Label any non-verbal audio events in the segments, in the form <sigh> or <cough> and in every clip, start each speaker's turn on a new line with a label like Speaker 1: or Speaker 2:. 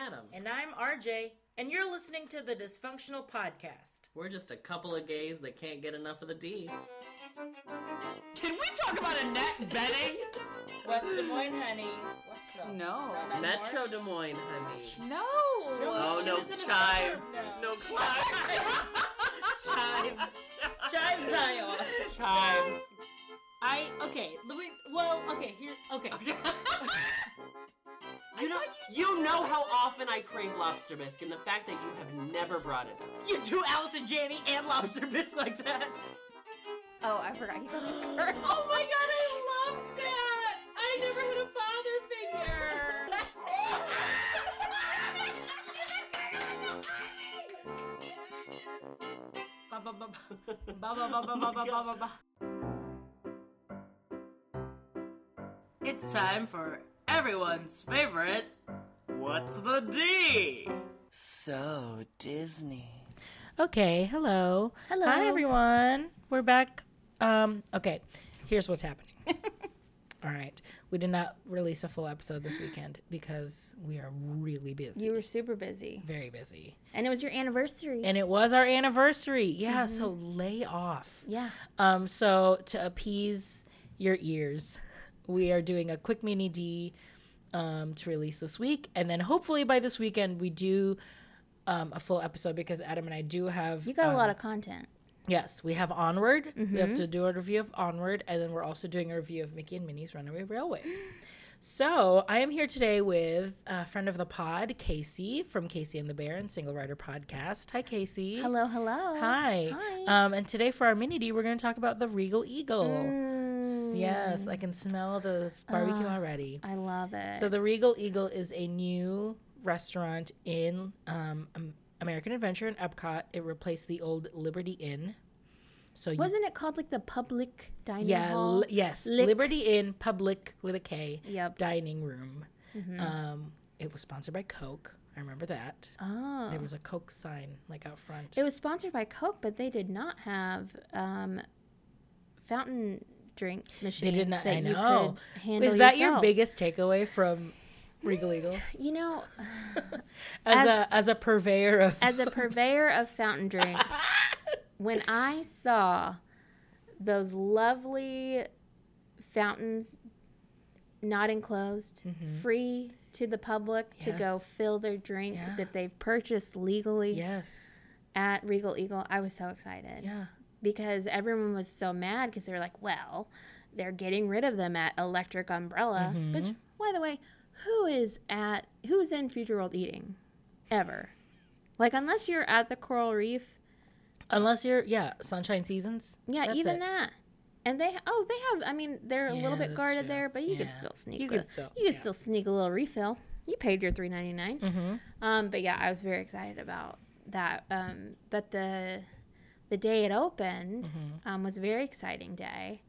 Speaker 1: Adam.
Speaker 2: And I'm RJ, and you're listening to the Dysfunctional Podcast.
Speaker 1: We're just a couple of gays that can't get enough of the D.
Speaker 3: Can we talk about Annette Benning?
Speaker 2: West Des Moines, honey. West Des Moines.
Speaker 3: No.
Speaker 1: Metro Des Moines, honey.
Speaker 3: No.
Speaker 1: Oh,
Speaker 2: she
Speaker 1: no,
Speaker 2: lives in a
Speaker 1: Chive.
Speaker 2: suburb now.
Speaker 1: No chives. chives.
Speaker 2: Chive Zion.
Speaker 1: Chives.
Speaker 2: I okay. let me- Well, okay. Here. Okay.
Speaker 1: You know, you know how often I crave lobster bisque, and the fact that you have never brought it up.
Speaker 2: You do Alice and Jamie and lobster bisque like that.
Speaker 3: Oh, I forgot he does a girl.
Speaker 1: Oh my god, I love that! I never had a father figure.
Speaker 2: Ba, ba, ba, ba.
Speaker 3: Ba, ba, ba, ba, ba, ba, ba, ba, ba.
Speaker 2: It's time for everyone's favorite. What's the D?
Speaker 1: So Disney.
Speaker 2: Okay. Hello.
Speaker 3: Hello.
Speaker 2: Hi everyone. We're back. Um. Okay. Here's what's
Speaker 3: <laughs>
Speaker 2: happening. All right. We did not release a full episode this weekend because we are really busy.
Speaker 3: You were super busy.
Speaker 2: Very busy.
Speaker 3: And it was your anniversary.
Speaker 2: And it was our anniversary. Yeah,
Speaker 3: Mm-hmm.
Speaker 2: so lay off.
Speaker 3: yeah.
Speaker 2: Um, so to appease your ears, we are doing a quick mini D um, to release this week, and then hopefully by this weekend we do um, a full episode because Adam and I do have.
Speaker 3: You got
Speaker 2: um,
Speaker 3: a lot of content.
Speaker 2: Yes, we have Onward. We
Speaker 3: Mm-hmm.
Speaker 2: have to do a review of Onward, and then we're also doing a review of Mickey and Minnie's Runaway
Speaker 3: <gasps>
Speaker 2: Railway. So I am here today with a friend of the pod, Casey from Casey and the Bear and Single Rider Podcast. Hi, Casey.
Speaker 3: Hello, hello.
Speaker 2: Hi.
Speaker 3: Hi.
Speaker 2: Um, and today for our mini D, we're going to talk about the Regal Eagle. S- Yes, I can smell the barbecue
Speaker 3: Uh,
Speaker 2: already.
Speaker 3: Mm, I love it.
Speaker 2: So the Regal Eagle is a new restaurant in um, Am- American Adventure in Epcot. It replaced the old Liberty Inn. So you,
Speaker 3: Wasn't it called like the public dining
Speaker 2: yeah,
Speaker 3: hall?
Speaker 2: li- yes,
Speaker 3: Lick-
Speaker 2: Liberty Inn Public with a K
Speaker 3: Yep.
Speaker 2: dining room.
Speaker 3: Mm-hmm.
Speaker 2: Um, it was sponsored by Coke. I remember that.
Speaker 3: Oh.
Speaker 2: There was a Coke sign like out front.
Speaker 3: It was sponsored by Coke, but they did not have um, fountain drink machines.
Speaker 2: They did not.
Speaker 3: That
Speaker 2: I
Speaker 3: you
Speaker 2: know.
Speaker 3: Could handle
Speaker 2: Is that your
Speaker 3: yourself.
Speaker 2: biggest takeaway from Regal Eagle
Speaker 3: You know,
Speaker 2: as,
Speaker 3: As-
Speaker 2: a as a purveyor of?
Speaker 3: as a purveyor of
Speaker 2: <laughs>
Speaker 3: fountain drinks, when I saw those lovely fountains not enclosed, free to the public to go
Speaker 2: Mm-hmm. Yes.
Speaker 3: fill their drink
Speaker 2: Yeah.
Speaker 3: that they've purchased legally
Speaker 2: yes.
Speaker 3: at Regal Eagle, I was so excited.
Speaker 2: Yeah.
Speaker 3: because everyone was so mad because they were like, well, they're getting rid of them at Electric Umbrella,
Speaker 2: Mm-hmm.
Speaker 3: which, by the way, who is at who's in Future World eating ever? Like unless you're at the Coral Reef,
Speaker 2: Unless you're yeah Sunshine Seasons.
Speaker 3: yeah,
Speaker 2: That's
Speaker 3: even
Speaker 2: it.
Speaker 3: that. And they oh they have I mean they're a
Speaker 2: Yeah,
Speaker 3: little bit
Speaker 2: that's
Speaker 3: guarded
Speaker 2: true.
Speaker 3: there, but you could
Speaker 2: Yeah.
Speaker 3: still sneak
Speaker 2: You
Speaker 3: a-
Speaker 2: could still-
Speaker 3: you could
Speaker 2: yeah. Mm-hmm.
Speaker 3: still sneak a little refill. You paid your three ninety nine. Um, but yeah, I was very excited about that. Um, but the the day it opened
Speaker 2: Mm-hmm.
Speaker 3: um, was a very exciting day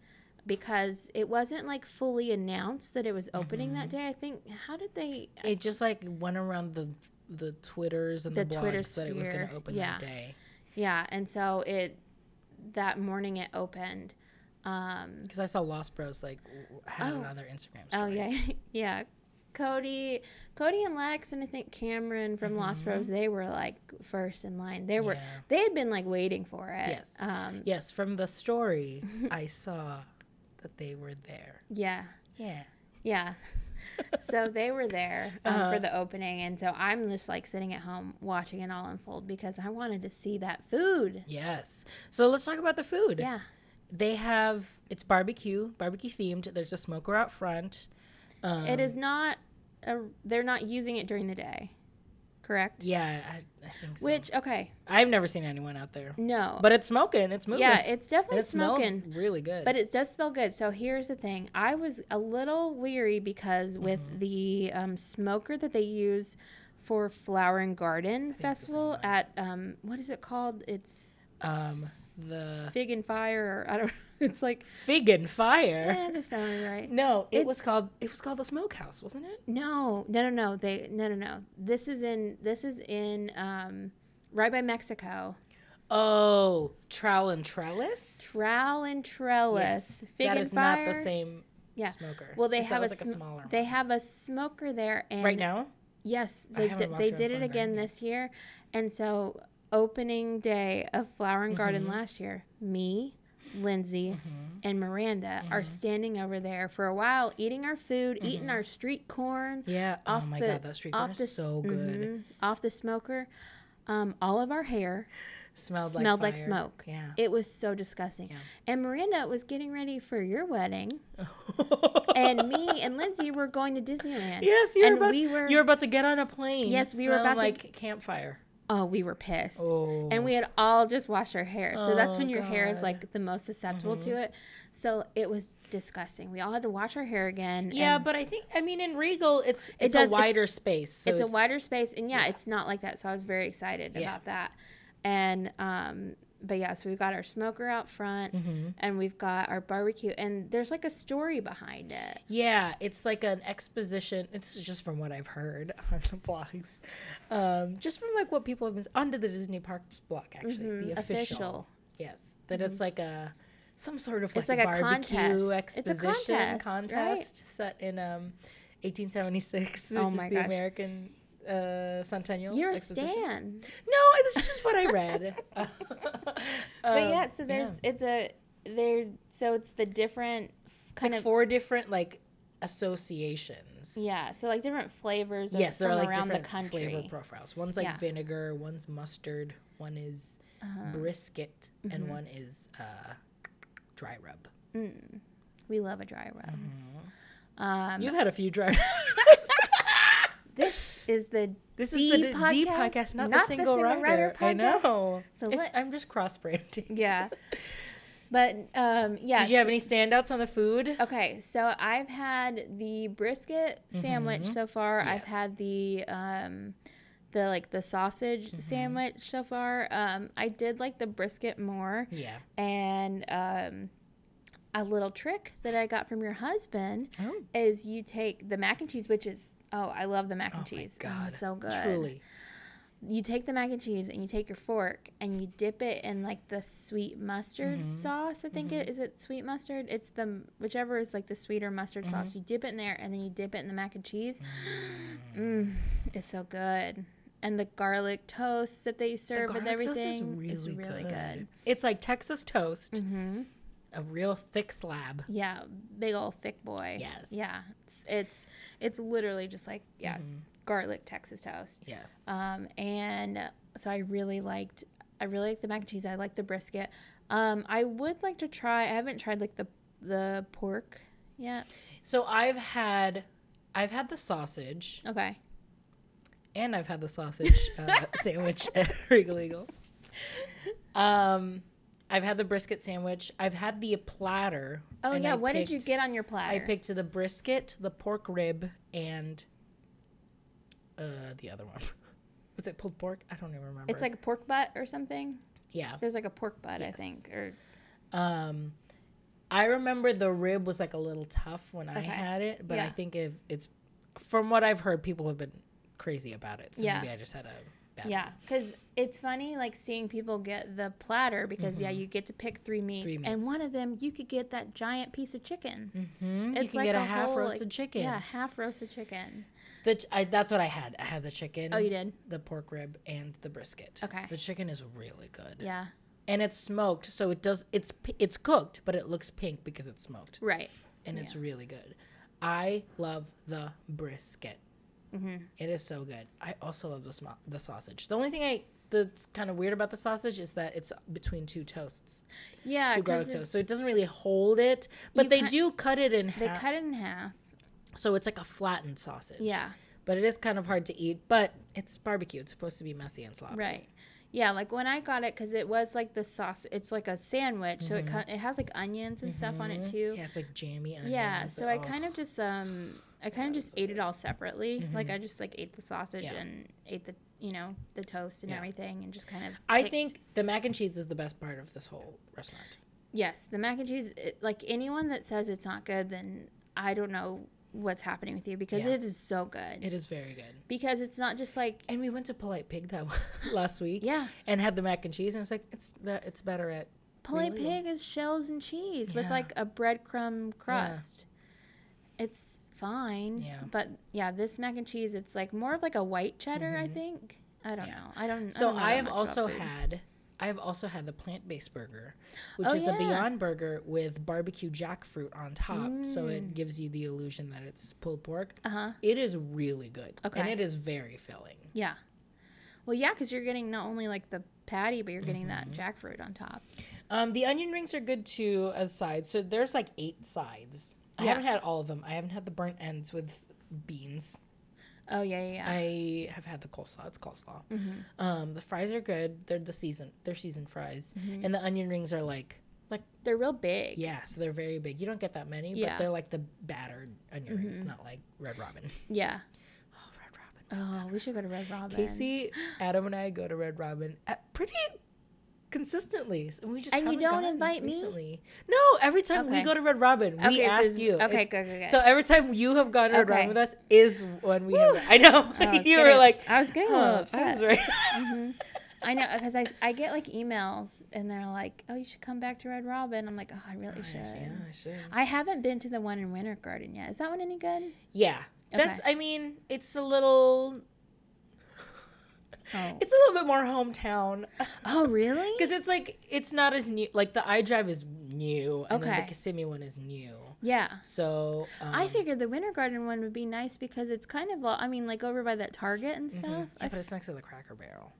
Speaker 3: because it wasn't like fully announced that it was opening that
Speaker 2: Mm-hmm.
Speaker 3: day. I think how did they
Speaker 2: It just like went around the the twitters and the,
Speaker 3: The
Speaker 2: blogs
Speaker 3: Twitter
Speaker 2: that it was going to
Speaker 3: sphere,
Speaker 2: open
Speaker 3: yeah.
Speaker 2: that day
Speaker 3: Yeah, and so it that morning it opened. Um,
Speaker 2: because I saw Lost Bros like w- w- had
Speaker 3: Oh.
Speaker 2: it on their Instagram.
Speaker 3: oh
Speaker 2: story.
Speaker 3: yeah. <laughs> yeah. Cody Cody and Lex and I think Cameron from Lost Bros, they were like first in line. They were
Speaker 2: Mm-hmm. Yeah.
Speaker 3: they had been like waiting for it.
Speaker 2: Yes.
Speaker 3: Um
Speaker 2: Yes, from the
Speaker 3: <laughs>
Speaker 2: story I saw that they were there.
Speaker 3: yeah.
Speaker 2: Yeah.
Speaker 3: Yeah. so they were there um,
Speaker 2: Uh-huh.
Speaker 3: for the opening and so I'm just like sitting at home watching it all unfold because I wanted to see that food.
Speaker 2: Yes. So let's talk about the food.
Speaker 3: Yeah.
Speaker 2: They have it's barbecue, barbecue themed. There's a smoker out front. Um,
Speaker 3: it is not a, they're not using it during the day. Correct?
Speaker 2: Yeah, I, I think so.
Speaker 3: Which okay,
Speaker 2: I've never seen anyone out there,
Speaker 3: no.
Speaker 2: but it's smoking. It's moving.
Speaker 3: Yeah, it's definitely
Speaker 2: and it
Speaker 3: smoking.
Speaker 2: smells really good.
Speaker 3: But it does smell good. So here's the thing: I was a little weary because
Speaker 2: Mm-hmm.
Speaker 3: with the um, smoker that they use for Flower and Garden Festival at um, what is it called? It's
Speaker 2: um, the
Speaker 3: Fig and Fire. Or I don't. <laughs>
Speaker 2: <laughs>
Speaker 3: It's like
Speaker 2: fig and fire.
Speaker 3: eh, it just sounded right.
Speaker 2: No, it
Speaker 3: It's-
Speaker 2: was called it was called the smokehouse, wasn't it?
Speaker 3: No, no, no, no. They no, no, no. This is in this is in um, right by Mexico.
Speaker 2: Oh, trowel and trellis.
Speaker 3: Trowel and Trellis. Fig
Speaker 2: that
Speaker 3: and
Speaker 2: is
Speaker 3: Fire.
Speaker 2: not the same
Speaker 3: yeah.
Speaker 2: smoker.
Speaker 3: Well, they
Speaker 2: Because that
Speaker 3: have a,
Speaker 2: was like a
Speaker 3: sm-
Speaker 2: smaller
Speaker 3: They have a smoker there, and
Speaker 2: right now.
Speaker 3: Yes,
Speaker 2: I
Speaker 3: they
Speaker 2: haven't
Speaker 3: did,
Speaker 2: walked
Speaker 3: they
Speaker 2: around
Speaker 3: did it
Speaker 2: Flower and
Speaker 3: again
Speaker 2: Garden yet.
Speaker 3: this year, and so opening day of Flower and Garden
Speaker 2: Mm-hmm.
Speaker 3: last year, me, Lindsay, and Miranda are
Speaker 2: Mm-hmm.
Speaker 3: standing over there for a while, eating our food, eating our street corn.
Speaker 2: Yeah.
Speaker 3: Off
Speaker 2: oh my
Speaker 3: the-
Speaker 2: god, that street corn
Speaker 3: off
Speaker 2: is
Speaker 3: the s-
Speaker 2: so good.
Speaker 3: mhm, off the smoker, um, all of our hair.
Speaker 2: Smelled,
Speaker 3: Smelled
Speaker 2: like,
Speaker 3: like
Speaker 2: fire.
Speaker 3: smoke. <laughs>
Speaker 2: Yeah. <laughs>
Speaker 3: It was so disgusting. And Miranda was getting ready for your wedding,
Speaker 2: <laughs>
Speaker 3: and me and Lindsay were going to Disneyland.
Speaker 2: yes, you're
Speaker 3: and
Speaker 2: about
Speaker 3: we
Speaker 2: to,
Speaker 3: were.
Speaker 2: you're about to get on a plane.
Speaker 3: Yes, we were
Speaker 2: smelling
Speaker 3: about to-
Speaker 2: like campfire.
Speaker 3: Oh, we were pissed.
Speaker 2: Oh.
Speaker 3: And we had all just washed our hair. So that's
Speaker 2: Oh,
Speaker 3: when your hair is
Speaker 2: God. Mm-hmm.
Speaker 3: like the most susceptible to it. So it was disgusting. We all had to wash our hair again.
Speaker 2: Yeah,
Speaker 3: and
Speaker 2: but I think I mean in Regal it's it's
Speaker 3: does-
Speaker 2: a
Speaker 3: it's-
Speaker 2: wider space. so
Speaker 3: it's, a wider space. And yeah, it's not like that. So I was very excited about that. And, um, but yeah, so we've got our smoker out front
Speaker 2: Mm-hmm.
Speaker 3: and we've got our barbecue. And there's like a story behind it.
Speaker 2: Yeah, it's like an exposition. It's just from what I've heard <laughs> on the blogs, um, just from like what people have been onto the Disney Parks blog actually, the official.
Speaker 3: Mm-hmm, Official. Mm-hmm.
Speaker 2: Yes, that it's like a some sort of
Speaker 3: It's
Speaker 2: like,
Speaker 3: like a
Speaker 2: barbecue
Speaker 3: contest. It's a
Speaker 2: exposition
Speaker 3: contest,
Speaker 2: set in um, 1876, which
Speaker 3: Oh
Speaker 2: is
Speaker 3: my
Speaker 2: the
Speaker 3: gosh.
Speaker 2: American uh, centennial.
Speaker 3: You're a
Speaker 2: exposition.
Speaker 3: Stan.
Speaker 2: No, this is just what I
Speaker 3: <laughs>
Speaker 2: read. <laughs> Um, Oh,
Speaker 3: but yeah, so there's, it's a, there, so it's the different
Speaker 2: It's
Speaker 3: kind
Speaker 2: like
Speaker 3: of
Speaker 2: four different like associations.
Speaker 3: Yeah, so like different flavors of,
Speaker 2: Yes, they're
Speaker 3: from
Speaker 2: like
Speaker 3: around the
Speaker 2: different
Speaker 3: country.
Speaker 2: flavor profiles. One's like
Speaker 3: Yeah. Uh-huh.
Speaker 2: vinegar, one's mustard, one is brisket,
Speaker 3: Mm-hmm.
Speaker 2: and one is uh, dry rub.
Speaker 3: Mm. we love a dry rub.
Speaker 2: Mm-hmm.
Speaker 3: Um,
Speaker 2: You've had a few dry rubs. <laughs>
Speaker 3: this is the
Speaker 2: This
Speaker 3: D
Speaker 2: is the podcast, D
Speaker 3: podcast,
Speaker 2: podcast, not,
Speaker 3: not
Speaker 2: the single, rider. I
Speaker 3: podcast.
Speaker 2: know.
Speaker 3: So
Speaker 2: It's-
Speaker 3: let-
Speaker 2: I'm just cross
Speaker 3: <laughs>
Speaker 2: branding.
Speaker 3: yeah,
Speaker 2: <laughs>
Speaker 3: but um, yeah.
Speaker 2: Did you have any standouts on the food?
Speaker 3: Okay, so I've had the brisket sandwich so far. I've
Speaker 2: Mm-hmm, Yes.
Speaker 3: had the um, the like the sausage
Speaker 2: Mm-hmm.
Speaker 3: sandwich so far. Um, I did like the brisket more.
Speaker 2: Yeah.
Speaker 3: and um, a little trick that I got from your husband
Speaker 2: Oh.
Speaker 3: is you take the mac and cheese, which is oh, I love the mac and
Speaker 2: my
Speaker 3: cheese. Oh,
Speaker 2: God.
Speaker 3: it's so good.
Speaker 2: Truly.
Speaker 3: You take the mac and cheese and you take your fork and you dip it in like the sweet mustard sauce. I think it is it sweet mustard. It's the whichever is like the sweeter mustard sauce. You dip it in there and then you dip it in the mac and cheese. Mm-hmm. Mm, it's so good. And the garlic toast that they serve with
Speaker 2: garlic toast
Speaker 3: everything is really, good. Mm-hmm.
Speaker 2: It's like Texas toast, a real thick slab.
Speaker 3: Yeah, big old thick boy.
Speaker 2: Yes.
Speaker 3: Yeah, it's it's, it's literally just like yeah, garlic Texas toast.
Speaker 2: Yeah.
Speaker 3: Um, and so I really liked I really like the mac and cheese. I like the brisket. Um, I would like to try. I haven't tried like the the pork yet.
Speaker 2: So I've had, I've had the sausage.
Speaker 3: Okay.
Speaker 2: and I've had the sausage
Speaker 3: <laughs>
Speaker 2: uh, sandwich at Regal Eagle. Um, I've had the brisket sandwich. I've had the platter.
Speaker 3: Oh
Speaker 2: and
Speaker 3: yeah,
Speaker 2: I
Speaker 3: what did you
Speaker 2: picked-
Speaker 3: get on your platter?
Speaker 2: I picked the brisket, the pork rib, and uh, the other one. <laughs> Was it pulled pork? I don't even remember.
Speaker 3: It's like a pork butt or something.
Speaker 2: yeah.
Speaker 3: There's like a pork butt, I think. Or
Speaker 2: Um, I remember the rib was like a little tough when I
Speaker 3: Okay.
Speaker 2: had it, but I
Speaker 3: Yeah.
Speaker 2: think if it's from what I've heard, people have been crazy about it. So
Speaker 3: Yeah.
Speaker 2: maybe I just had a bad
Speaker 3: Yeah, because it's funny like seeing people get the platter because yeah, you get to pick Mm-hmm. three meats,
Speaker 2: Three
Speaker 3: and
Speaker 2: meats.
Speaker 3: one of them you could get that giant piece of chicken.
Speaker 2: Mm, you
Speaker 3: It's
Speaker 2: can
Speaker 3: like
Speaker 2: get a,
Speaker 3: a
Speaker 2: half
Speaker 3: whole, like-
Speaker 2: roasted chicken.
Speaker 3: Yeah, half roasted chicken.
Speaker 2: The ch- I, that's what I had. I had the chicken.
Speaker 3: Oh, you did?
Speaker 2: The pork rib and the brisket.
Speaker 3: Okay.
Speaker 2: The chicken is really good.
Speaker 3: Yeah,
Speaker 2: And it's smoked, so it does. It's p- it's cooked, but it looks pink because it's smoked,
Speaker 3: right.
Speaker 2: and it's really good. I love the brisket.
Speaker 3: Mm-hmm.
Speaker 2: It is so good. I also love the smo- the sausage. The only thing I that's kind of weird about the sausage is that it's between two toasts,
Speaker 3: Yeah,
Speaker 2: two
Speaker 3: 'cause
Speaker 2: garlic toasts,
Speaker 3: it's-
Speaker 2: so it doesn't really hold it. But
Speaker 3: You
Speaker 2: they
Speaker 3: cut-
Speaker 2: do cut it in
Speaker 3: they
Speaker 2: half,
Speaker 3: cut it in half.
Speaker 2: so it's like a flattened sausage
Speaker 3: Yeah,
Speaker 2: but it is kind of hard to eat. But it's barbecue; it's supposed to be messy and sloppy.
Speaker 3: right. Yeah, like when I got it, because it was like the sauce. It's like a sandwich, so it cut, it has like onions and stuff on it too.
Speaker 2: Mm-hmm. Yeah, it's like jammy onions. oh.
Speaker 3: Yeah, so I kind of just um I kind of just ate it all separately. Like I just like ate the sausage
Speaker 2: Mm-hmm. Yeah.
Speaker 3: and ate the you know the toast and
Speaker 2: Yeah.
Speaker 3: everything and just kind of.
Speaker 2: I
Speaker 3: picked-
Speaker 2: think the mac and cheese is the best part of this whole restaurant.
Speaker 3: yes, the mac and cheese. It, like anyone that says it's not good, then I don't know what's happening with you because
Speaker 2: Yeah.
Speaker 3: it is so good.
Speaker 2: It is very good.
Speaker 3: because it's not just like
Speaker 2: And we went to Polite Pig that <laughs> last week.
Speaker 3: Yeah.
Speaker 2: and had the mac and cheese, and I was like, it's be- it's better at
Speaker 3: Polite
Speaker 2: Really?
Speaker 3: pig is shells and cheese with
Speaker 2: Yeah.
Speaker 3: like a breadcrumb crust. It's fine.
Speaker 2: Yeah.
Speaker 3: But yeah, this mac and cheese, it's like more of like a white cheddar, I think. I don't know. I don't.
Speaker 2: Mm-hmm. So
Speaker 3: don't know that
Speaker 2: I have
Speaker 3: much about
Speaker 2: also
Speaker 3: food.
Speaker 2: had I have also had the plant based burger, which
Speaker 3: Oh,
Speaker 2: is
Speaker 3: yeah.
Speaker 2: a Beyond Burger with barbecue jackfruit on top, so
Speaker 3: Mm.
Speaker 2: it gives you the illusion that it's pulled pork.
Speaker 3: Uh-huh.
Speaker 2: It is really good, and
Speaker 3: Okay.
Speaker 2: it is very filling.
Speaker 3: Yeah. Well, yeah, because you're getting not only like the patty, but you're getting that
Speaker 2: Mm-hmm.
Speaker 3: jackfruit on top.
Speaker 2: Um, the onion rings are good too as sides. So there's like eight sides. I
Speaker 3: Yeah.
Speaker 2: haven't had all of them. I haven't had the burnt ends with beans.
Speaker 3: Oh yeah, yeah,
Speaker 2: Ah.
Speaker 3: yeah.
Speaker 2: I have had the coleslaw. It's coleslaw. Um, the fries are good. They're the season. They're seasoned fries, and the onion rings are like like
Speaker 3: They're real big.
Speaker 2: yeah. So they're very big. You don't get that many,
Speaker 3: Yeah.
Speaker 2: but they're like the battered onion rings, not like Red Robin.
Speaker 3: Yeah.
Speaker 2: Mm-hmm. Oh, Red Robin.
Speaker 3: Oh, we should go to Red Robin.
Speaker 2: Casey, Adam, and I go to Red Robin at pretty consistently. So we just
Speaker 3: And you
Speaker 2: haven't
Speaker 3: don't
Speaker 2: gone
Speaker 3: invite me?
Speaker 2: recently. No, every time we
Speaker 3: Okay.
Speaker 2: go to Red Robin, we
Speaker 3: Okay, so
Speaker 2: ask
Speaker 3: it's-
Speaker 2: you.
Speaker 3: okay,
Speaker 2: It's-
Speaker 3: good, good, good.
Speaker 2: So every time you have gone to Red
Speaker 3: Okay.
Speaker 2: Robin with us is when we. Have, I know
Speaker 3: Oh, I
Speaker 2: <laughs>
Speaker 3: was
Speaker 2: you were
Speaker 3: getting-
Speaker 2: like.
Speaker 3: I Mm-hmm. was getting a little
Speaker 2: "Huh,
Speaker 3: upset."
Speaker 2: I was right. <laughs>
Speaker 3: I know because I, I get like emails and they're like, oh, you should come back to Red Robin. I'm like, oh, I really should.
Speaker 2: Yeah, I should.
Speaker 3: I haven't been to the one in Winter Garden yet. Is that one
Speaker 2: <laughs>
Speaker 3: any good?
Speaker 2: Yeah, that's.
Speaker 3: Okay.
Speaker 2: I mean, it's a little.
Speaker 3: Oh,
Speaker 2: It's a little bit more
Speaker 3: <laughs>
Speaker 2: hometown
Speaker 3: oh <laughs> really?
Speaker 2: because it's like it's not as new. Like the iDrive is new, and then
Speaker 3: Okay.
Speaker 2: the Kissimmee one is new.
Speaker 3: Yeah.
Speaker 2: So um,
Speaker 3: I figured the Winter Garden one would be nice because it's kind of, all- I mean, like over by that Target and stuff.
Speaker 2: I put it's next to the Cracker Barrel.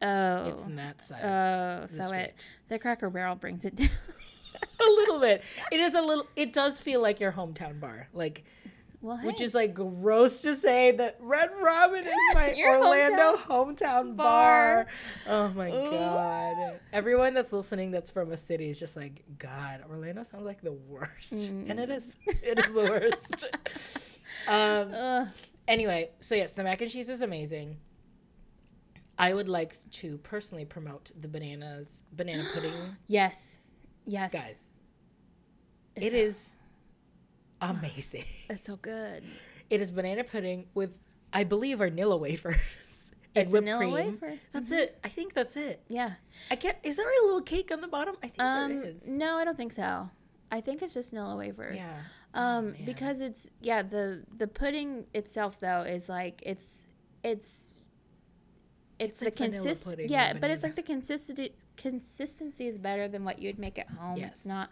Speaker 3: Oh.
Speaker 2: Mm-hmm. It's on that side.
Speaker 3: oh,
Speaker 2: the
Speaker 3: so it,
Speaker 2: street.
Speaker 3: the Cracker Barrel brings it <laughs> down.
Speaker 2: <laughs> a little bit. It is a little. It does feel like your hometown bar, like
Speaker 3: well, hey.
Speaker 2: which is like gross to say that Red Robin is my
Speaker 3: <laughs> Your
Speaker 2: Orlando
Speaker 3: hometown
Speaker 2: hometown
Speaker 3: bar.
Speaker 2: bar. Oh my god! Everyone that's listening that's from a city is just like, God, Orlando sounds like the worst,
Speaker 3: Mm.
Speaker 2: and it is. It is the
Speaker 3: <laughs>
Speaker 2: worst. um,
Speaker 3: Ugh.
Speaker 2: Anyway, so yes, the mac and cheese is amazing. I would like to personally promote the bananas banana
Speaker 3: <gasps>
Speaker 2: pudding,
Speaker 3: Yes. Yes.
Speaker 2: guys.
Speaker 3: It's
Speaker 2: It
Speaker 3: so-
Speaker 2: is amazing.
Speaker 3: It's so good.
Speaker 2: It is banana pudding with, I believe, vanilla wafers and
Speaker 3: It's
Speaker 2: whipped
Speaker 3: vanilla
Speaker 2: cream.
Speaker 3: wafer. Mm-hmm.
Speaker 2: That's it. I think that's it.
Speaker 3: Yeah.
Speaker 2: I can't. Is there a little cake on the bottom? I think
Speaker 3: Um,
Speaker 2: there is.
Speaker 3: no, I don't think so. I think it's just Nilla wafers.
Speaker 2: Yeah. Oh,
Speaker 3: Um,
Speaker 2: man.
Speaker 3: because it's yeah the the pudding itself though is like it's it's it's,
Speaker 2: It's like
Speaker 3: the
Speaker 2: vanilla
Speaker 3: consist
Speaker 2: pudding
Speaker 3: yeah
Speaker 2: with
Speaker 3: but it's
Speaker 2: banana.
Speaker 3: like the consistency consistency is better than what you'd make at home. It's
Speaker 2: Yes.
Speaker 3: not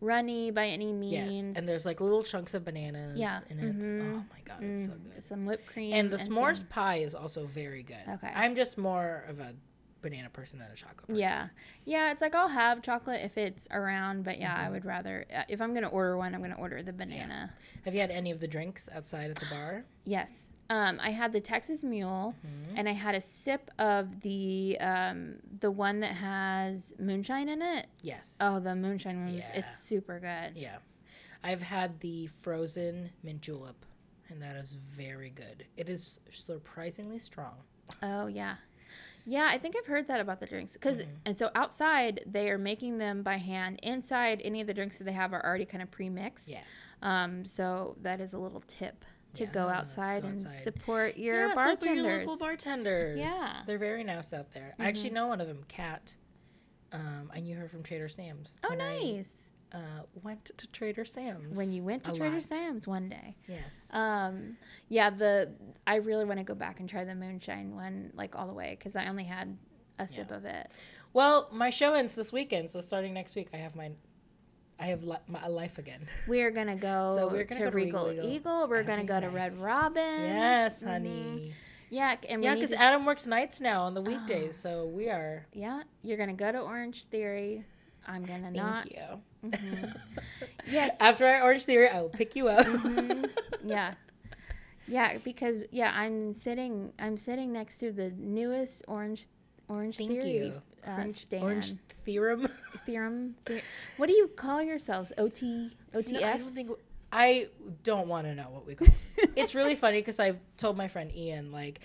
Speaker 3: runny by any means.
Speaker 2: Yes. And there's like little chunks of bananas
Speaker 3: Yeah,
Speaker 2: in it.
Speaker 3: mhm.
Speaker 2: Oh my god, it's so good.
Speaker 3: Some whipped cream
Speaker 2: And the
Speaker 3: some-
Speaker 2: s'mores pie is also very good.
Speaker 3: Okay.
Speaker 2: I'm just more of a banana person than a chocolate person.
Speaker 3: Yeah. Yeah, it's like I'll have chocolate if it's around, but yeah,
Speaker 2: Mm-hmm.
Speaker 3: I would rather uh, if I'm going to order one, I'm going to order the banana.
Speaker 2: Have you had any of the drinks outside at the bar?
Speaker 3: Yes. Um, I had the Texas Mule,
Speaker 2: Mm-hmm.
Speaker 3: and I had a sip of the um, the one that has moonshine in it.
Speaker 2: Yes.
Speaker 3: Oh, the moonshine one! was-
Speaker 2: Yeah.
Speaker 3: It's super good.
Speaker 2: Yeah. I've had the frozen mint julep, and that is very good. It is surprisingly strong.
Speaker 3: Oh yeah, yeah. I think I've heard that about the drinks because
Speaker 2: Mm-hmm.
Speaker 3: and so outside they are making them by hand. Inside, any of the drinks that they have are already kind of pre mixed. Um, so that is a little tip to
Speaker 2: Yeah,
Speaker 3: go
Speaker 2: let's go
Speaker 3: outside and
Speaker 2: outside.
Speaker 3: support your
Speaker 2: yeah, support
Speaker 3: bartenders.
Speaker 2: your local bartenders.
Speaker 3: Yeah. Mm-hmm.
Speaker 2: They're very nice out there. I actually know one of them, Kat. Um, I knew her from Trader Sam's.
Speaker 3: oh,
Speaker 2: when I,
Speaker 3: nice.
Speaker 2: uh, went to Trader Sam's.
Speaker 3: When you went to
Speaker 2: a
Speaker 3: Trader
Speaker 2: lot.
Speaker 3: Sam's one day.
Speaker 2: Yes.
Speaker 3: Um, yeah, the I really want to go back and try the moonshine one like all the way because I only had a sip of it.
Speaker 2: Well, my show ends this weekend, so starting next week, I have my, I have li- my a life again.
Speaker 3: <laughs> We are gonna go
Speaker 2: So we're gonna
Speaker 3: to
Speaker 2: go to
Speaker 3: Regal,
Speaker 2: Regal
Speaker 3: Eagle. We're gonna
Speaker 2: every
Speaker 3: go to Red Robin.
Speaker 2: Yes, honey.
Speaker 3: Yeah, and
Speaker 2: Yeah,
Speaker 3: we need
Speaker 2: because
Speaker 3: to-
Speaker 2: Adam works nights now on the
Speaker 3: <gasps>
Speaker 2: weekdays, so we are.
Speaker 3: yeah, you're gonna go to Orange Theory. I'm gonna
Speaker 2: Thank
Speaker 3: not.
Speaker 2: you.
Speaker 3: Yes.
Speaker 2: After our Orange Theory, I will pick you up.
Speaker 3: <laughs> yeah. Yeah, because yeah, I'm sitting. I'm sitting next to the newest Orange Orange
Speaker 2: Thank
Speaker 3: Theory
Speaker 2: you. <laughs>
Speaker 3: Uh,
Speaker 2: Orange,
Speaker 3: stand.
Speaker 2: Orange Theorem.
Speaker 3: Theorem. The- what do you call yourselves? OT OTFs?
Speaker 2: No, I don't think. I don't want to know what we call.
Speaker 3: <laughs>
Speaker 2: it. it's really funny because I've told my friend Ian like.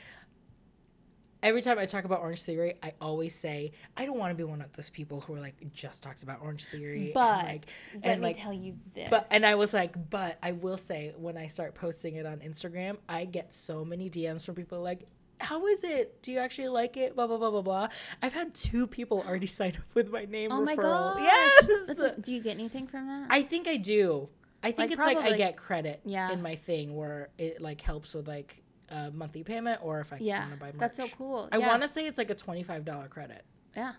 Speaker 2: Every time I talk about Orange Theory, I always say I don't want to be one of those people who are like just talks about Orange Theory. and,
Speaker 3: But
Speaker 2: like-
Speaker 3: let
Speaker 2: and,
Speaker 3: me
Speaker 2: like,
Speaker 3: tell you this.
Speaker 2: But and I was like, but I will say when I start posting it on Instagram, I get so many DMs from people like, how is it? Do you actually like it? Blah blah blah blah blah. I've had two people already <laughs> sign up with my name
Speaker 3: oh
Speaker 2: referral.
Speaker 3: my god!
Speaker 2: Yes.
Speaker 3: do you get anything from that?
Speaker 2: I think I do. I think
Speaker 3: Like,
Speaker 2: it's like I
Speaker 3: probably-
Speaker 2: get credit
Speaker 3: Yeah.
Speaker 2: in my thing where it like helps with like a monthly payment or if I
Speaker 3: Yeah,
Speaker 2: want to buy merch.
Speaker 3: that's so cool.
Speaker 2: I
Speaker 3: yeah.
Speaker 2: want to say it's like a twenty-five dollar credit.
Speaker 3: Yeah.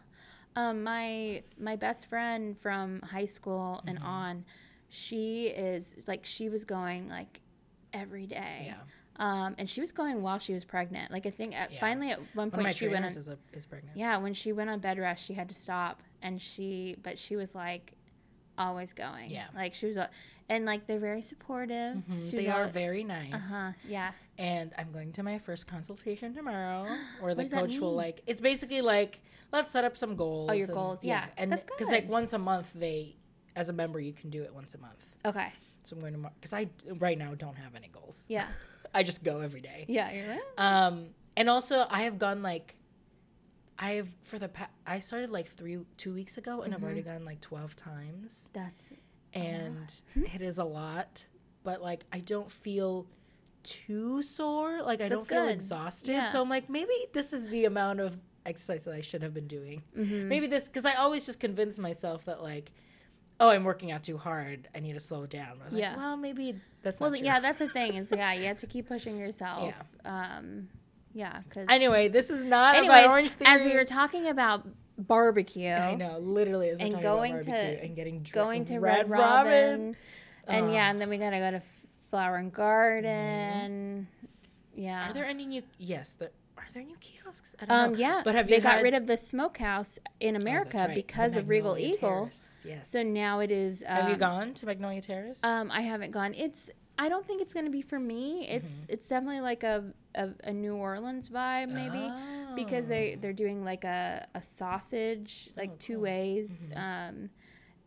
Speaker 3: Um, my my best friend from high school and
Speaker 2: Mm-hmm.
Speaker 3: on, she is like she was going like every day.
Speaker 2: Yeah.
Speaker 3: Um, and she was going while she was pregnant. Like I think at,
Speaker 2: Yeah.
Speaker 3: finally at one
Speaker 2: One of
Speaker 3: point
Speaker 2: my
Speaker 3: she went. On,
Speaker 2: trainers is, a, is pregnant.
Speaker 3: yeah, when she went on bed rest, she had to stop, and she but she was like always going.
Speaker 2: Yeah.
Speaker 3: Like she was, a- and like they're very supportive.
Speaker 2: Mm, They are very nice.
Speaker 3: Uh huh. Yeah.
Speaker 2: and I'm going to my first consultation tomorrow, where the
Speaker 3: does that
Speaker 2: coach will
Speaker 3: mean? Oh,
Speaker 2: like. It's basically like let's set up some goals.
Speaker 3: your
Speaker 2: and-
Speaker 3: goals, yeah.
Speaker 2: and
Speaker 3: That's
Speaker 2: because like
Speaker 3: good.
Speaker 2: once a month they, as a member, you can do it once a month.
Speaker 3: Okay.
Speaker 2: So I'm going to because I right now don't have any goals.
Speaker 3: Yeah.
Speaker 2: <laughs> I just go every day.
Speaker 3: Yeah. You're right.
Speaker 2: Um, and also I have gone like, I have for the pa- I started like three two weeks ago, and I've already
Speaker 3: Mm-hmm.
Speaker 2: gone like twelve times,
Speaker 3: That's
Speaker 2: and
Speaker 3: Hmm?
Speaker 2: it is a lot. But like I don't feel too sore. Like I
Speaker 3: That's
Speaker 2: don't feel
Speaker 3: good.
Speaker 2: exhausted.
Speaker 3: Yeah.
Speaker 2: So I'm like maybe this is the amount of exercise that I should have been doing.
Speaker 3: Mm-hmm.
Speaker 2: Maybe this because I always just convince myself that like. Oh, I'm working out too hard. I need to slow down. I was
Speaker 3: Yeah.
Speaker 2: like, well, maybe that's
Speaker 3: well.
Speaker 2: not true.
Speaker 3: Yeah. That's the thing. Is yeah. You have to keep pushing yourself.
Speaker 2: Yeah.
Speaker 3: Yeah. Um. Yeah. Because
Speaker 2: Anyway, this is not
Speaker 3: Anyways,
Speaker 2: about Orange Theory.
Speaker 3: as we were talking about barbecue,
Speaker 2: I know, literally, as we're
Speaker 3: And
Speaker 2: talking
Speaker 3: going
Speaker 2: about
Speaker 3: to-
Speaker 2: barbecue and getting dri-
Speaker 3: going to Red, Robin, and
Speaker 2: Uh.
Speaker 3: yeah, and then we gotta go to F- Flower and Garden. Yeah.
Speaker 2: Mm-hmm. Are there any new? Yes, there, are there new kiosks? I don't
Speaker 3: um.
Speaker 2: know.
Speaker 3: Yeah.
Speaker 2: but have
Speaker 3: they
Speaker 2: you
Speaker 3: got
Speaker 2: had-
Speaker 3: rid of the smokehouse in
Speaker 2: Oh, that's
Speaker 3: America
Speaker 2: right, the
Speaker 3: because of Regal
Speaker 2: Magnolia
Speaker 3: Eagle.
Speaker 2: Terrace, Yes.
Speaker 3: So now it is. Um,
Speaker 2: have you gone to Magnolia Terrace?
Speaker 3: Um. I haven't gone. It's. I don't think it's gonna be for me. It's.
Speaker 2: Mm-hmm.
Speaker 3: It's definitely like a, a a New Orleans vibe maybe. because they they're doing like a, a sausage like
Speaker 2: Oh,
Speaker 3: two
Speaker 2: cool.
Speaker 3: ways um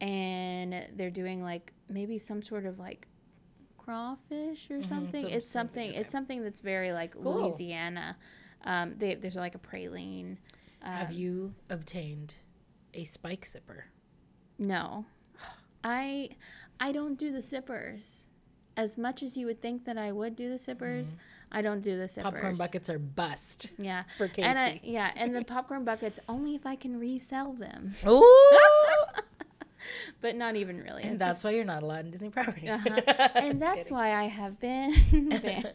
Speaker 3: and they're doing like maybe some sort of like crawfish or
Speaker 2: Mm-hmm,
Speaker 3: something
Speaker 2: some- something
Speaker 3: it's something
Speaker 2: in
Speaker 3: it's something that's very like
Speaker 2: Cool.
Speaker 3: louisiana um they, there's like a praline
Speaker 2: Oh.
Speaker 3: um,
Speaker 2: have you obtained a spike zipper?
Speaker 3: no i i don't do the sippers as much as you would think that i would do the sippers i don't do the sippers
Speaker 2: Mm-hmm. Popcorn buckets are bust.
Speaker 3: yeah
Speaker 2: for
Speaker 3: <laughs> and I,
Speaker 2: Casey.
Speaker 3: yeah and
Speaker 2: <laughs>
Speaker 3: the popcorn buckets only if i can resell them <laughs>
Speaker 2: Oh,
Speaker 3: but not even really.
Speaker 2: and
Speaker 3: It's
Speaker 2: that's
Speaker 3: just-
Speaker 2: why you're not allowed in Disney property. <laughs>
Speaker 3: Uh-huh.
Speaker 2: Just
Speaker 3: and that's
Speaker 2: kidding.
Speaker 3: why I
Speaker 2: <laughs>
Speaker 3: have been <laughs> banned.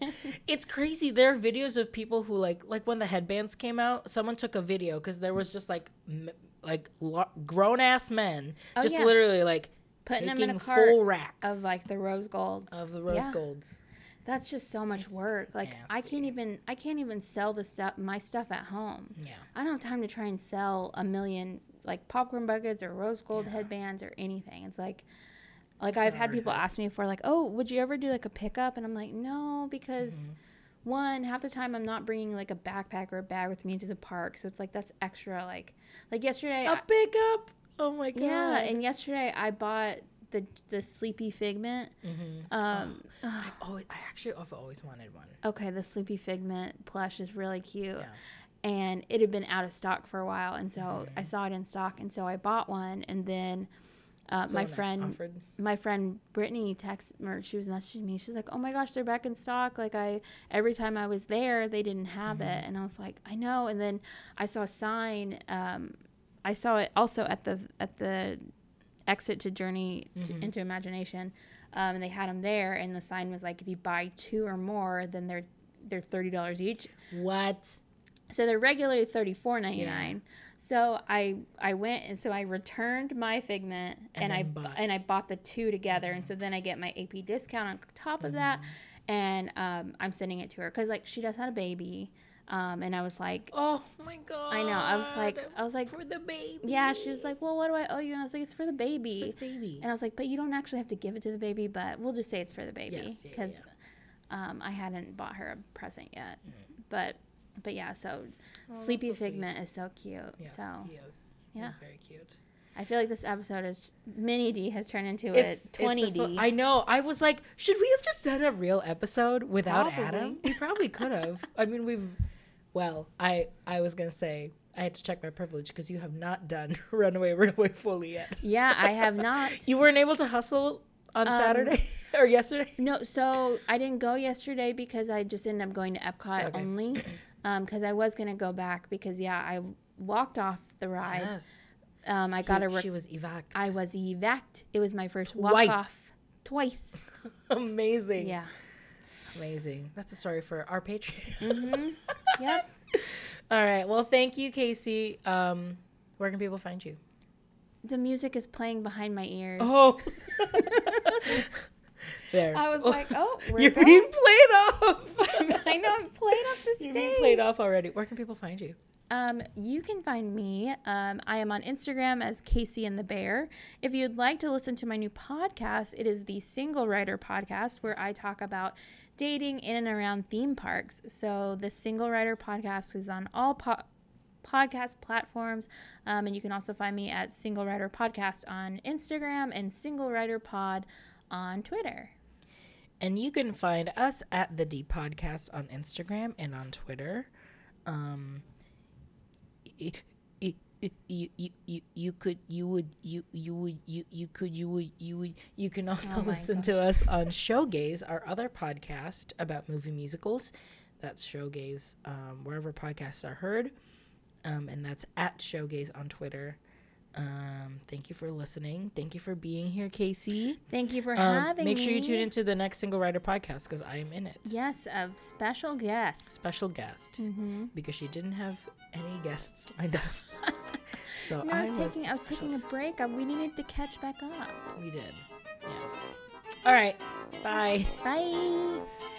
Speaker 2: It's crazy. There are videos of people who like like when the headbands came out, someone took a video because there was just like m- like lo- grown ass men
Speaker 3: Oh,
Speaker 2: just
Speaker 3: yeah.
Speaker 2: literally like
Speaker 3: Putting them
Speaker 2: taking
Speaker 3: in a cart
Speaker 2: full racks
Speaker 3: of
Speaker 2: of,
Speaker 3: like the rose golds.
Speaker 2: the rose
Speaker 3: Yeah.
Speaker 2: golds.
Speaker 3: That's just so much work. Like I can't
Speaker 2: nasty.
Speaker 3: even I can't even sell the stuff my stuff at home.
Speaker 2: Yeah,
Speaker 3: I don't have time to try and sell a million like popcorn buckets or rose gold headbands or anything. It's like like I've had people ask me before, like, oh, would you ever do like a pickup? And I'm like, no, because
Speaker 2: Mm-hmm.
Speaker 3: one, half the time I'm not bringing like a backpack or a bag with me into the park, so it's like that's extra. Like, like yesterday,
Speaker 2: a pickup. Oh my god.
Speaker 3: Yeah, and yesterday I bought the the Sleepy Figment. Um,
Speaker 2: I've always, I actually have always wanted one.
Speaker 3: okay, the Sleepy Figment plush is really cute,
Speaker 2: Yeah.
Speaker 3: and it had been out of stock for a while, and so I saw it in stock, and so I bought one, and then uh, my
Speaker 2: Someone that
Speaker 3: friend
Speaker 2: offered.
Speaker 3: my friend Brittany text or she was messaging me. She's like, "Oh my gosh, they're back in stock!" Like I every time I was there, they didn't have it, and I was like, "I know." And then I saw a sign. Um, I saw it also at the at the exit to Journey to, into Imagination, um, and they had them there. And the sign was like, "If you buy two or more, then they're they're thirty dollars each."
Speaker 2: What?
Speaker 3: So they're regularly thirty four ninety nine. So I I went and so I returned my figment
Speaker 2: then
Speaker 3: and, I
Speaker 2: bought. Mm-hmm.
Speaker 3: and I bought the two together and so then I get my AP discount on top of that and um, I'm sending it to her because like she just had a baby um, and I was like
Speaker 2: Oh my god.
Speaker 3: I know I was like I was like
Speaker 2: for the baby.
Speaker 3: yeah she was like well what do I owe you and I was like it's for the baby
Speaker 2: For the baby.
Speaker 3: and I was like but you don't actually have to give it to the baby but we'll just say it's for the baby
Speaker 2: Yes, yeah,
Speaker 3: because um, I hadn't bought her a present yet but but yeah so Sleepy
Speaker 2: Oh, so sweet.
Speaker 3: Figment is so cute
Speaker 2: yes,
Speaker 3: so.
Speaker 2: yes.
Speaker 3: yeah.
Speaker 2: It's very cute.
Speaker 3: I feel like this episode is mini D has turned into
Speaker 2: it's
Speaker 3: a twenty
Speaker 2: it's the
Speaker 3: D.
Speaker 2: fu- I know. I was like, should we have just done a real episode without Adam?
Speaker 3: Probably.
Speaker 2: We probably could have. I mean, we've. Well, I I was gonna say I had to check my privilege because you have not done <laughs> Runaway Runaway fully yet.
Speaker 3: yeah,
Speaker 2: <laughs>
Speaker 3: I have not.
Speaker 2: You weren't able to hustle on
Speaker 3: Um,
Speaker 2: Saturday <laughs> or yesterday.
Speaker 3: No, so I didn't go yesterday because I just ended up going to Epcot
Speaker 2: Okay. <clears throat>
Speaker 3: only, because I was gonna go back because yeah, I walked off the ride. Um, I got a.
Speaker 2: she
Speaker 3: Re-
Speaker 2: was evac.
Speaker 3: I was evac. It was my first walk
Speaker 2: Twice.
Speaker 3: off. twice.
Speaker 2: <laughs> Amazing.
Speaker 3: Yeah.
Speaker 2: Amazing. That's a story for our Patreon.
Speaker 3: Mm-hmm. Yep.
Speaker 2: <laughs> All right. Well, thank you, Casey. Um, where can people find you?
Speaker 3: The music is playing behind my ears.
Speaker 2: Oh. <laughs> there.
Speaker 3: I was like, oh,
Speaker 2: <laughs>
Speaker 3: we're
Speaker 2: You're
Speaker 3: going.
Speaker 2: being played off. <laughs>
Speaker 3: <laughs> I know I'm playing off the
Speaker 2: You're
Speaker 3: stage.
Speaker 2: being played off already. Where can people find you?
Speaker 3: Um, you can find me. Um, I am on Instagram as Casey and the Bear. If you'd like to listen to my new podcast, it is the Single Rider Podcast, where I talk about dating in and around theme parks. So the Single Rider Podcast is on all po- podcast platforms, um, and you can also find me at Single Rider Podcast on Instagram and Single Rider Pod on Twitter.
Speaker 2: And you can find us at the Deep Podcast on Instagram and on Twitter. Um, y- y- y- y- y- y- you could you would you you would you you could you would you would you can also
Speaker 3: my
Speaker 2: listen to us on Showgaze, our other podcast about movie musicals. That's Showgaze, um, wherever podcasts are heard, um, and that's at Showgaze on Twitter. Um, thank you for listening. Thank you for being here, Casey.
Speaker 3: Thank you for
Speaker 2: Um,
Speaker 3: having me.
Speaker 2: make sure you tune into the next single writer podcast because I am in it.
Speaker 3: Yes, of special guests.
Speaker 2: Special guest
Speaker 3: Mm-hmm.
Speaker 2: because she didn't have any guests lined up.
Speaker 3: <laughs>
Speaker 2: so
Speaker 3: No,
Speaker 2: Oh, I,
Speaker 3: I was taking
Speaker 2: the
Speaker 3: I was
Speaker 2: special
Speaker 3: taking a break. I, we needed to catch back up.
Speaker 2: guest. We did. Yeah. All right. Bye.
Speaker 3: Bye.